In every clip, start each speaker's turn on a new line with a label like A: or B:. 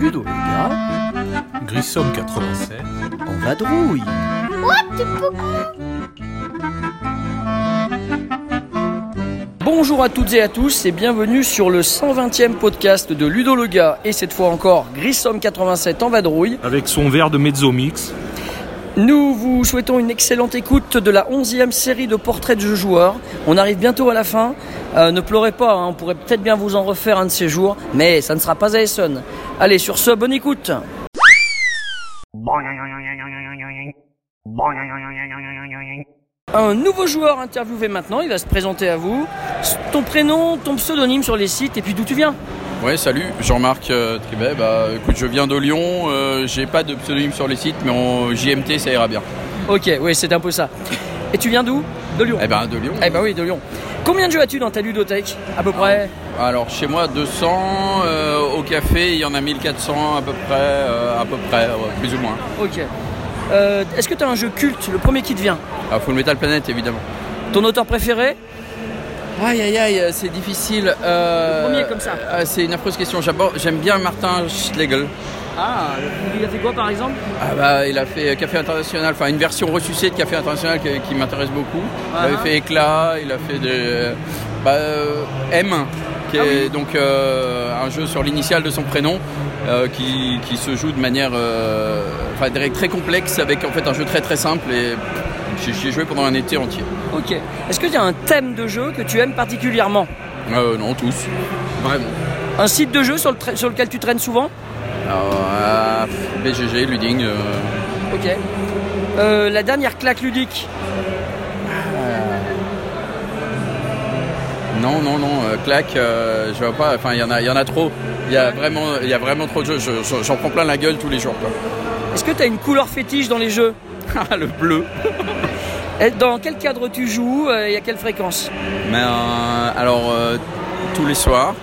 A: Ludo Vega
B: Grissom 87.
A: en vadrouille.
C: Bonjour à toutes et à tous et bienvenue sur le 120e podcast de Ludo Lega et cette fois encore Grissom 87 en vadrouille.
B: Avec son verre de Mezzomix.
C: Nous vous souhaitons une excellente écoute de la 11e série de portraits de jeux joueurs. On arrive bientôt à la fin. Euh, ne pleurez pas, hein, on pourrait peut-être bien vous en refaire un de ces jours, mais ça ne sera pas à Essen. Allez, sur ce, bonne écoute. Un nouveau joueur interviewé maintenant, il va se présenter à vous. Ton prénom, ton pseudonyme sur les sites et puis d'où tu viens.
D: Ouais, salut, Jean-Marc euh, Tribet. Bah, écoute, je viens de Lyon. euh, J'ai pas de pseudonyme sur les sites, mais en JMT, ça ira bien.
C: Ok, oui, c'est un peu ça. Et tu viens d'où De Lyon.
D: Eh ben, de Lyon.
C: Eh ben oui, de Lyon. Combien de jeux as-tu dans ta ludothèque À peu près
D: Alors, chez moi, 200. euh, au café, il y en a 1400 à peu près, euh, à peu près, ouais, plus ou moins.
C: Ok. Euh, Est-ce que tu as un jeu culte, le premier qui te vient
D: Ah, Full Metal Planet, évidemment.
C: Ton auteur préféré
D: Aïe, aïe, aïe, c'est difficile. euh,
C: Le premier, comme ça.
D: c'est une affreuse question. J'aime bien Martin Schlegel.
C: Ah, il a fait quoi par exemple
D: Ah bah, il a fait Café International, enfin une version ressucée de Café International qui, qui m'intéresse beaucoup. Il avait
C: Ah.
D: fait Éclat, il a fait des, bah, euh, M, qui est
C: Ah oui.
D: donc euh, un jeu sur l'initiale de son prénom euh, qui, qui se joue de manière euh, enfin, direct- très complexe avec en fait un jeu très très simple et j'ai j'y ai joué pendant un été entier.
C: Ok. Est-ce que tu as un thème de jeu que tu aimes particulièrement
D: Euh, non, tous, vraiment.
C: Un site de jeu sur, le tra- sur lequel tu traînes souvent
D: Alors, ah, BGG, Luding. euh,
C: Ok. Euh, la dernière claque ludique
D: Non, non, non, euh, claque, euh, je vois pas, enfin il y, en a- il y en a trop. Il y, a vraiment- il y a vraiment trop de jeux, Je- je- j'en prends plein la gueule tous les jours. quoi.
C: Est-ce que tu as une couleur fétiche dans les jeux
D: Ah, le bleu
C: Et Dans quel cadre tu joues euh, et à quelle fréquence
D: Mais euh, alors, euh, tous les soirs,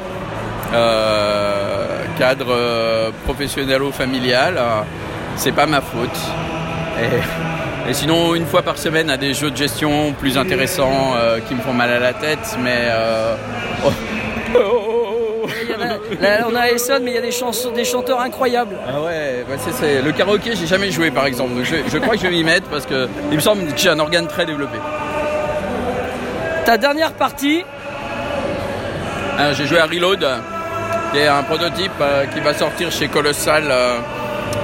D: euh, cadre euh, professionnel ou familial, euh, c'est pas ma faute. Et, et sinon, une fois par semaine, à des jeux de gestion plus intéressants euh, qui me font mal à la tête, mais. euh, oh.
C: Il y en a- Là, on a Essonne, mais il y a des, chansons, des chanteurs incroyables.
D: Ah ouais, bah c'est, c'est- le karaoké, j'ai jamais joué par exemple. Donc je, je crois que je vais m'y mettre parce que il me semble que j'ai un organe très développé.
C: Ta dernière partie,
D: Ah, j'ai joué à Reload, qui est un prototype euh, qui va sortir chez Colossal euh,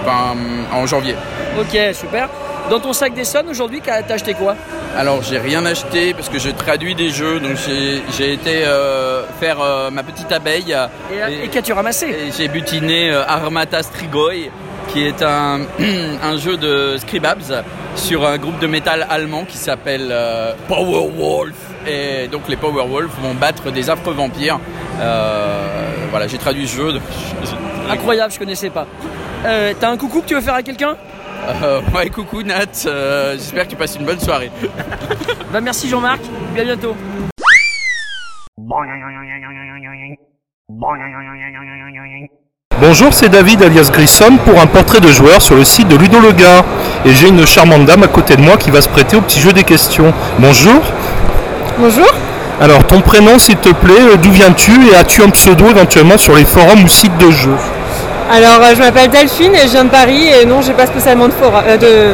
D: enfin, en janvier.
C: ok, super. Dans ton sac d'Essonne aujourd'hui, t'as t'as acheté quoi
D: Alors j'ai rien acheté parce que j'ai traduit des jeux, donc j'ai, j'ai été euh, faire euh, ma petite abeille euh,
C: Et, et qu'as-tu ramassé
D: et j'ai butiné euh, Armata Strigoi, qui est un, un jeu de Scribabs sur un groupe de métal allemand qui s'appelle euh, Powerwolf. Et donc les Powerwolf vont battre des affreux vampires. Euh, voilà, j'ai traduit ce jeu. de-
C: Incroyable, je connaissais pas. Euh, T'as un coucou que tu veux faire à quelqu'un
D: Euh, ouais, coucou Nat, euh, j'espère que tu passes une bonne soirée.
C: Bah merci Jean-Marc, puis à bientôt.
E: Bonjour, c'est David alias Grissom pour un portrait de joueur sur le site de Ludologa. Et j'ai une charmante dame à côté de moi qui va se prêter au petit jeu des questions. Bonjour.
F: Bonjour,
E: Alors, ton prénom s'il te plaît, euh, d'où viens-tu et as-tu un pseudo éventuellement sur les forums ou sites de jeux
F: alors euh, je m'appelle Delphine et je viens de Paris et non j'ai pas spécialement de fora- euh, de,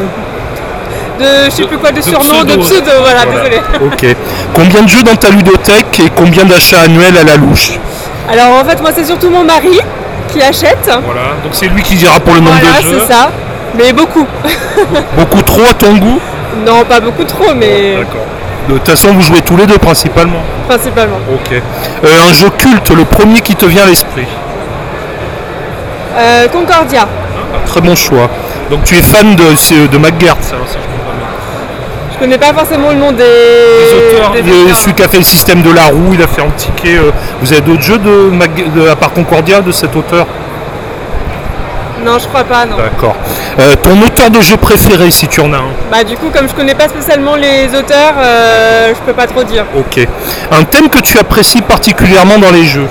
F: de je sais plus quoi de, surnom, de pseudo, voilà, désolé.
E: Ok. Combien de jeux dans ta ludothèque et combien d'achats annuels à la louche
F: Alors en fait moi c'est surtout mon mari qui achète,
E: Voilà, donc c'est lui qui dira pour le nombre
F: voilà
E: de jeux.
F: c'est ça, mais beaucoup.
E: Beaucoup trop à ton goût
F: Non pas beaucoup trop mais
E: De toute façon, vous jouez tous les deux principalement.
F: principalement.
E: Ok. Euh, un jeu culte, le premier qui te vient à l'esprit.
F: Euh, Concordia,
E: Très bon choix. Donc tu es fan de, ce- de McGuertz, alors, si je comprends bien.
F: je connais pas forcément le nom des,
E: Les auteurs,
F: des
E: Euh, il est
F: auteurs.
E: celui qui a fait le système de la roue, il a fait un ticket. euh, vous avez d'autres jeux de, Mac- de- à part Concordia de cet auteur
F: Non je crois pas non.
E: D'accord. Euh, ton auteur de jeu préféré si tu en as un
F: Bah du coup comme je connais pas spécialement les auteurs, euh, je peux pas trop dire.
E: Ok. Un thème que tu apprécies particulièrement dans les jeux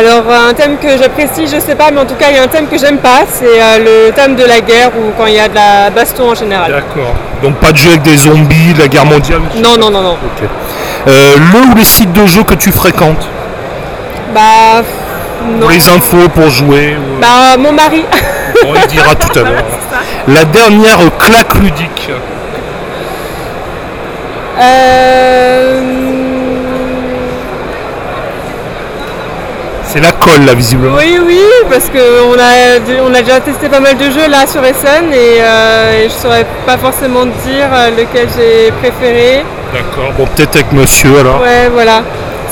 F: Alors euh, un thème que j'apprécie, je sais pas, mais en tout cas il y a un thème que j'aime pas, c'est euh, le thème de la guerre ou quand il y a de la baston en général.
E: D'accord. Donc pas de jeu avec des zombies, de la guerre mondiale
F: Non, non, non, non.
E: Ok. Euh, le ou les sites de jeux que tu fréquentes
F: Bah non.
E: Pour les infos, pour jouer ou-
F: Bah mon mari.
E: Bon, il dira tout à l'heure. La dernière claque ludique.
F: Euh,
E: C'est la colle, là, visiblement.
F: Oui, oui, parce qu'on a, on a déjà testé pas mal de jeux là sur Essen et, euh, et je saurais pas forcément dire euh, lequel j'ai préféré.
E: D'accord. Bon, peut-être avec monsieur, alors.
F: Ouais, voilà.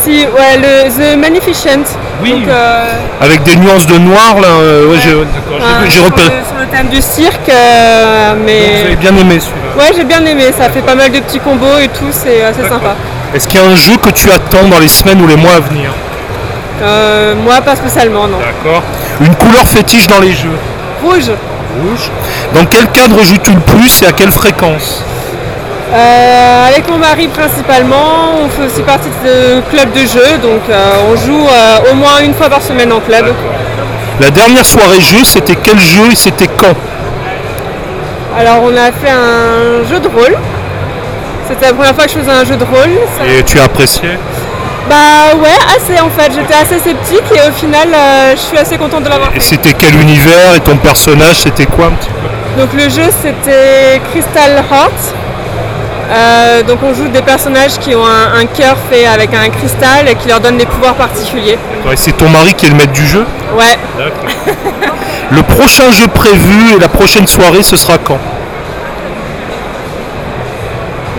F: Si, ouais, le The Magnificent.
E: Oui.
F: Donc, euh,
E: Avec des nuances de noir, là. euh, ouais, j'ai- d'accord, j'ai-
F: un-
E: j'ai
F: sur,
E: repéré.
F: le, sur le thème du cirque, euh,
E: Vous avez
F: mais.
E: bien aimé, celui-là.
F: Ouais, j'ai bien aimé, ça fait pas mal de petits combos et tout, c'est assez
E: D'accord.
F: sympa.
E: Est-ce qu'il y a un jeu que tu attends dans les semaines ou les mois à venir
F: Euh, moi, pas spécialement, non.
E: D'accord. Une couleur fétiche dans les jeux
F: Rouge,
E: Rouge. Dans quel cadre joues-tu le plus et à quelle fréquence
F: Euh, avec mon mari principalement, on fait aussi partie de club de jeu, donc euh, on joue euh, au moins une fois par semaine en club.
E: La dernière soirée jeu, c'était quel jeu et c'était quand
F: Alors on a fait un jeu de rôle. C'était la première fois que je faisais un jeu de rôle. Ça-
E: Et tu as apprécié
F: Bah ouais, assez en fait. J'étais assez sceptique et au final, euh, je suis assez contente de l'avoir
E: Et
F: fait.
E: c'était quel univers et ton personnage, c'était quoi un petit peu
F: Donc le jeu c'était Crystal Heart. Euh, donc on joue des personnages qui ont un, un cœur fait avec un cristal et qui leur donne des pouvoirs particuliers.
E: Ouais, C'est ton mari qui est le maître du jeu
F: Ouais,
E: Le prochain jeu prévu et la prochaine soirée, ce sera quand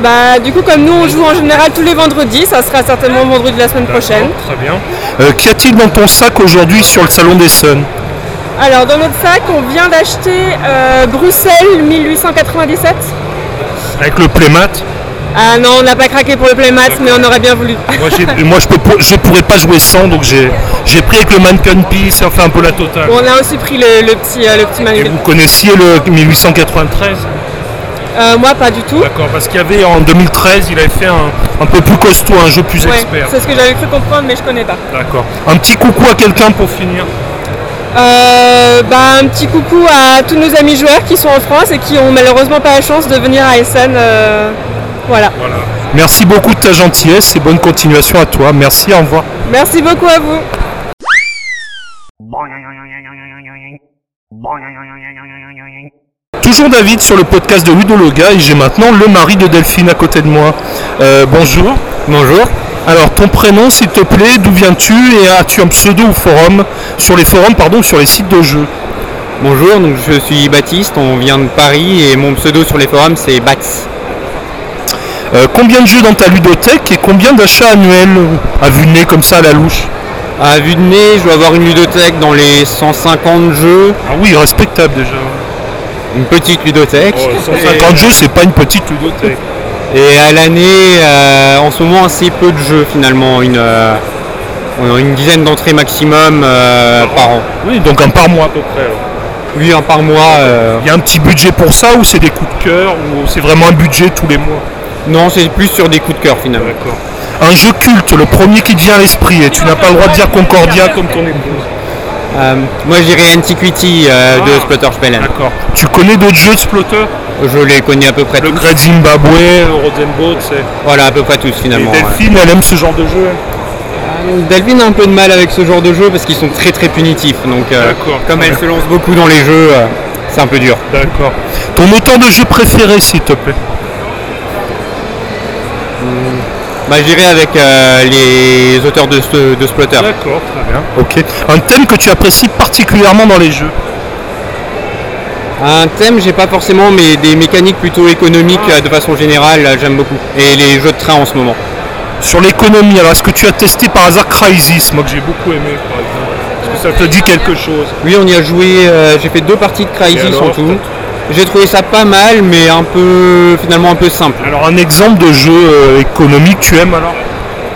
F: Bah du coup comme nous on joue en général tous les vendredis, ça sera certainement vendredi de la semaine prochaine.
E: Très bien. Euh, Qu'y a-t-il dans ton sac aujourd'hui sur le salon des Suns
F: Alors dans notre sac on vient d'acheter euh, Bruxelles 1897.
E: Avec le playmat
F: Ah non on n'a pas craqué pour le playmat mais on aurait bien voulu.
E: Moi, j'ai- moi, je peux, pas- je pourrais pas jouer sans, donc j'ai j'ai pris avec le Mannequin Peace, enfin un peu la totale.
F: Bon, on a aussi pris le, le petit euh, le petit
E: Et
F: manuel.
E: vous connaissiez le 1893
F: Euh, moi pas du tout.
E: D'accord, parce qu'il y avait en 2013, il avait fait un, un peu plus costaud, un jeu plus
F: Ouais,
E: expert.
F: c'est ce que j'avais cru comprendre mais je connais pas.
E: D'accord. Un petit coucou à quelqu'un pour finir.
F: Euh, bah, un petit coucou à tous nos amis joueurs qui sont en France et qui ont malheureusement pas la chance de venir à Essen. euh, voilà.
E: Merci beaucoup de ta gentillesse et bonne continuation à toi. Merci, au revoir.
F: Merci beaucoup à vous.
E: Toujours David sur le podcast de Ludologa et j'ai maintenant le mari de Delphine à côté de moi. Euh, bonjour. Bonjour. Alors ton prénom s'il te plaît, d'où viens-tu et as-tu un pseudo ou forum sur les forums pardon sur les sites de jeux
G: Bonjour, donc je suis Baptiste, on vient de Paris et mon pseudo sur les forums c'est Bats.
E: Euh, Combien de jeux dans ta ludothèque et combien d'achats annuels à vue de nez comme ça à la louche
G: À vue de nez, je dois avoir une ludothèque dans les 150 jeux,
E: Ah oui respectable déjà.
G: une petite ludothèque.
E: Oh. 150 jeux c'est pas une petite ludothèque.
G: Et à l'année, euh, en ce moment assez peu de jeux finalement, une, euh, on a une dizaine d'entrées maximum euh, par an.
E: Oui donc un par mois à peu près. ouais.
G: Oui, un par mois. euh,
E: Il y a un petit budget pour ça ou c'est des coups de cœur ou c'est vraiment un budget tous les mois
G: Non, c'est plus sur des coups de cœur finalement.
E: Un jeu culte, le premier qui te vient à l'esprit, et tu n'as pas le droit de dire Concordia comme ton épouse.
G: Euh, moi je dirais Antiquity euh, de Sputter Spellen.
E: Ah. D'accord. Tu connais d'autres jeux de Splotter
G: Je les connais à peu près
E: Le
G: tous.
E: Great Zimbabwe, Rosenboat, c'est.
G: Voilà, à peu près tous finalement. ouais.
E: Delphine, elle aime ce genre de jeu.
G: Delphine a un peu de mal avec ce genre de jeu parce qu'ils sont très très punitifs. Donc, euh,
E: D'accord.
G: comme
E: Ouais.
G: elle se lance beaucoup dans les jeux, euh, c'est un peu dur.
E: D'accord. Ton autant de jeux préféré, s'il te plaît.
G: Bah, j'irai avec euh, les auteurs de, ce- de Splotter.
E: D'accord, très bien. Ok. Un thème que tu apprécies particulièrement dans les jeux.
G: Un thème, j'ai pas forcément, mais des mécaniques plutôt économiques
E: Ah.
G: euh, de façon générale, euh, j'aime beaucoup. Et les jeux de train en ce moment.
E: Sur l'économie, alors est-ce que tu as testé par hasard Crisis Moi que j'ai beaucoup aimé, par exemple. Est-ce que ça te dit quelque chose
G: Oui, on y a joué, euh, j'ai fait deux parties de
E: Et
G: Crisis
E: alors,
G: en tout. J'ai trouvé ça pas mal, mais un peu finalement un peu simple.
E: Alors un exemple de jeu euh, économique, tu aimes alors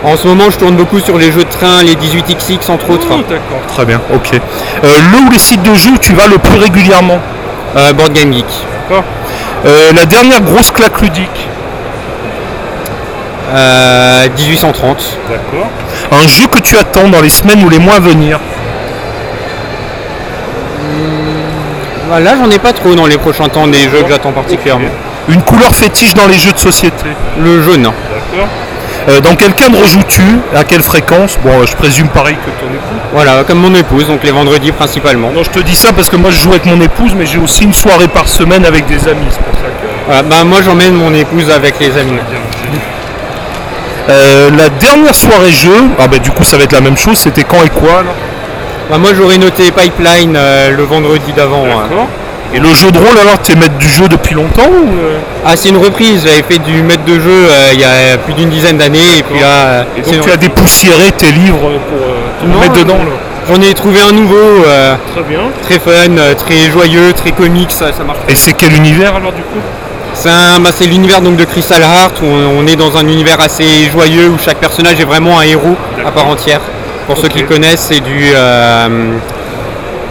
G: En ce moment, je tourne beaucoup sur les jeux de train, les 18XX
E: Ah.
G: entre autres.
E: D'accord. Très bien, ok. Euh, le ou les sites de jeux où tu vas le plus régulièrement
G: Euh, Board Game Geek.
E: Euh, La dernière grosse claque ludique.
G: euh, 1830.
E: D'accord. Un jeu que tu attends dans les semaines ou les mois à venir.
G: Bah, là, j'en ai pas trop dans les prochains temps des jeux que j'attends particulièrement.
E: Une couleur fétiche dans les jeux de société.
G: Le jeu, non.
E: Euh, dans quel cadre joues-tu À quelle fréquence Bon, euh, je présume pareil que ton épouse.
G: Voilà, comme mon épouse, donc les vendredis principalement.
E: Non, je te dis ça parce que moi je joue avec mon épouse, mais j'ai aussi une soirée par semaine avec des amis. c'est pour ça que-
G: Voilà, bah, moi, j'emmène mon épouse avec les amis.
E: Euh, la dernière soirée jeu, ah bah du coup ça va être la même chose, c'était quand et quoi alors
G: Bah, moi, j'aurais noté Pipeline euh, le vendredi d'avant. hein. ouais.
E: Et le jeu de rôle alors, t'es maître du jeu depuis longtemps ou euh
G: Ah, c'est une reprise. J'avais fait du maître de jeu euh, il y a plus d'une dizaine d'années. Et puis là, euh,
E: Et
G: c'est-
E: donc tu as dépoussiéré tes livres pour euh, te
G: Non,
E: mettre
G: non.
E: dedans là.
G: j'en ai trouvé un nouveau, euh,
E: Très bien.
G: très fun, euh, très joyeux, très comique. Ça, ça marche.
E: Et c'est quel univers alors du coup
G: C'est un- bah, c'est l'univers donc de Crystal Heart où on, on est dans un univers assez joyeux où chaque personnage est vraiment un héros à part entière. Pour ceux qui connaissent, c'est du euh,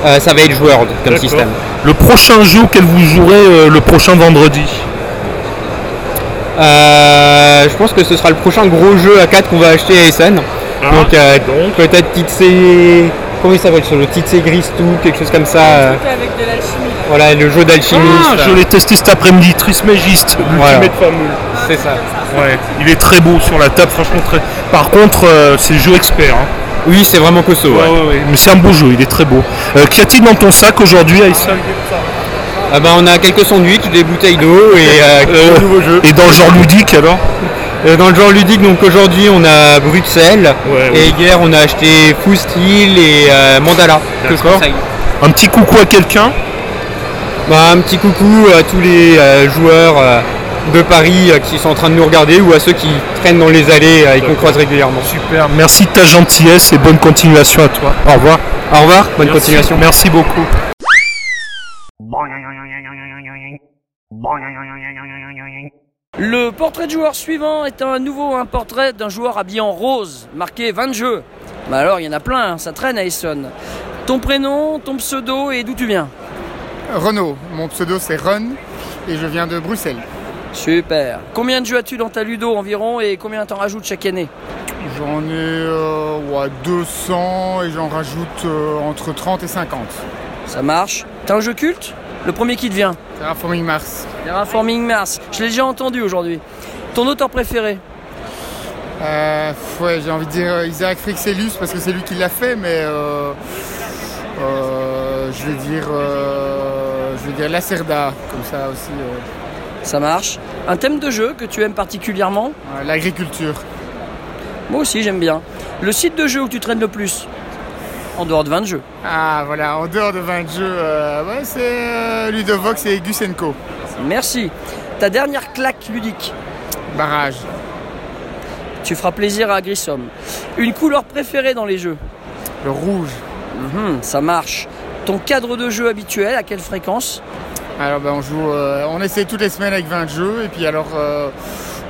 G: euh, Savage World comme système.
E: Le prochain jeu auquel vous jouerez euh, le prochain vendredi.
G: Euh, je pense que ce sera le prochain gros jeu à 4 qu'on va acheter à Essen. donc, euh, peut-être Titsé. Comment il s'appelle ce jeu Titsé Gristou, quelque chose comme ça. euh,
F: truc avec de l'alchimie. là.
G: voilà, le jeu d'alchimiste. euh,
E: je l'ai testé cet après-midi, Trismégiste,
G: Voilà.
E: l'ultimate fameux.
G: c'est ça.
E: Ouais, il est très beau sur la table, franchement très. Par contre, euh, c'est jeu expert. hein.
G: Oui, c'est vraiment costaud. ouais.
E: Mais c'est un beau jeu, il est très beau. Euh, Qu'y a-t-il dans ton sac aujourd'hui, Aïssa
G: Ah ben, on a quelques sandwichs, des bouteilles d'eau et euh,
E: Euh,
G: quelques nouveaux jeux.
E: Et dans le genre ludique alors
G: Euh, dans le genre ludique, donc aujourd'hui on a Bruxelles
E: Ouais,
G: et hier on a acheté Full Steel et euh, Mandala. que je
E: D'accord.
G: conseille.
E: Un petit coucou à quelqu'un
G: Bah, un petit coucou à tous les euh, joueurs euh, de Paris euh, qui sont en train de nous regarder ou à ceux qui traînent dans les allées euh, et qu'on croise régulièrement.
E: Super, merci de ta gentillesse et bonne continuation à toi. Au revoir.
G: Au revoir, bonne
E: Merci.
G: continuation.
E: Merci beaucoup.
C: Le portrait de joueur suivant est un nouveau un portrait d'un joueur habillé en rose, marqué 20 jeux. Bah alors, il y en a plein, hein, ça traîne à Essonne. Ton prénom, ton pseudo et d'où tu viens
H: Renaud, mon pseudo c'est Run et je viens de Bruxelles.
C: Super. Combien de jeux as-tu dans ta ludo environ et combien t'en rajoutes chaque année
H: J'en ai euh, ouais, 200 et j'en rajoute euh, entre 30 et 50.
C: Ça marche. T'as un jeu culte Le premier qui te vient.
H: Terraforming Mars.
C: Terraforming Mars. Je l'ai déjà entendu aujourd'hui. Ton auteur préféré
H: Euh, ouais, j'ai envie de dire euh, Isaac Frixellus parce que c'est lui qui l'a fait, mais euh, euh, je vais dire, euh, je vais dire Lacerda, comme ça aussi, euh,
C: Ça marche. Un thème de jeu que tu aimes particulièrement
H: euh, l'agriculture.
C: Moi aussi, j'aime bien. Le site de jeu où tu traînes le plus En dehors de 20 jeux.
H: Ah voilà, en dehors de 20 jeux, euh, ouais, c'est euh, Ludovox et Gusenko.
C: Merci. Ta dernière claque ludique.
H: Barrage.
C: Tu feras plaisir à Grissom. Une couleur préférée dans les jeux
H: Le rouge.
C: Mhm, Ça marche. Ton cadre de jeu habituel, à quelle fréquence
H: Alors ben, on joue, euh, on essaie toutes les semaines avec 20 jeux et puis alors euh,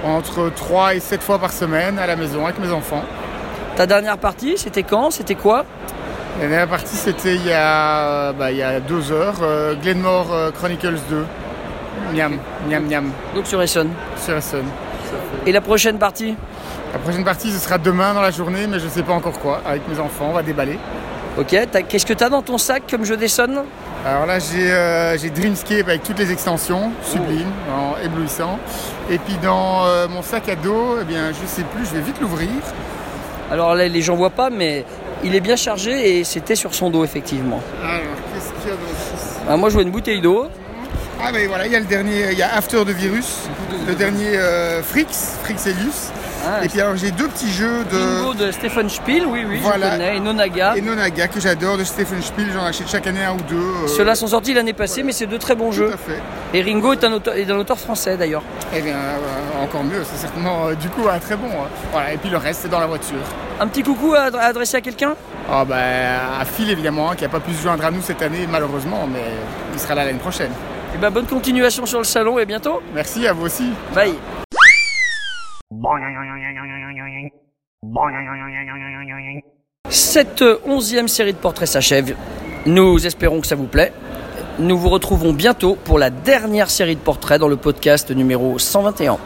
H: entre 3 et 7 fois par semaine à la maison avec mes enfants.
C: Ta dernière partie, c'était quand C'était quoi
H: La dernière partie c'était il y a, euh, bah, il y a deux heures, euh, Glenmore euh, Chronicles 2. Miam, miam, miam,
C: Donc sur Essonne.
H: sur la scène.
C: Et la prochaine partie
H: La prochaine partie ce sera demain dans la journée mais je sais pas encore quoi, avec mes enfants, on va déballer.
C: Ok, t'as- qu'est-ce que t'as dans ton sac comme jeu d'Essonne
H: Alors là j'ai euh, j'ai Dreamscape avec toutes les extensions, sublime, en éblouissant. Et puis dans euh, mon sac à dos, eh bien je sais plus, je vais vite l'ouvrir.
C: Alors là, les gens voient pas, mais il est bien chargé et c'était sur son dos, effectivement.
H: Alors qu'est-ce qu'il y a dans ici
C: Ah, moi, je vois une bouteille d'eau.
H: Ah ben voilà, il y a le dernier, il y a After the Virus, le dernier euh, Frix, Frixelius.
C: Ah,
H: Et puis alors j'ai deux petits jeux
C: Bingo
H: de
C: de Stephen Spiel, oui, oui, je
H: Voilà.
C: connais, et Nonaga.
H: Enonaga que j'adore, de Stephen Spiel, j'en achète chaque année un ou deux. euh,
C: Ceux-là sont sortis l'année passée, mais c'est deux très bons
H: tout
C: jeux.
H: à fait.
C: Et Ringo est un auteur, est un auteur français, d'ailleurs.
H: Eh bien euh, encore mieux, c'est certainement euh, du coup un très bon. hein. Voilà, et puis le reste c'est dans la voiture.
C: Un petit coucou à, à adresser à quelqu'un
H: Ah ben à Phil évidemment, hein, qui n'a pas pu se joindre à nous cette année malheureusement, mais il sera là l'année prochaine.
C: Eh ben, bonne continuation sur le salon et à bientôt.
H: Merci à vous aussi.
C: Bye. Cette onzième série de portraits s'achève. Nous espérons que ça vous plaît. Nous vous retrouvons bientôt pour la dernière série de portraits dans le podcast numéro 121.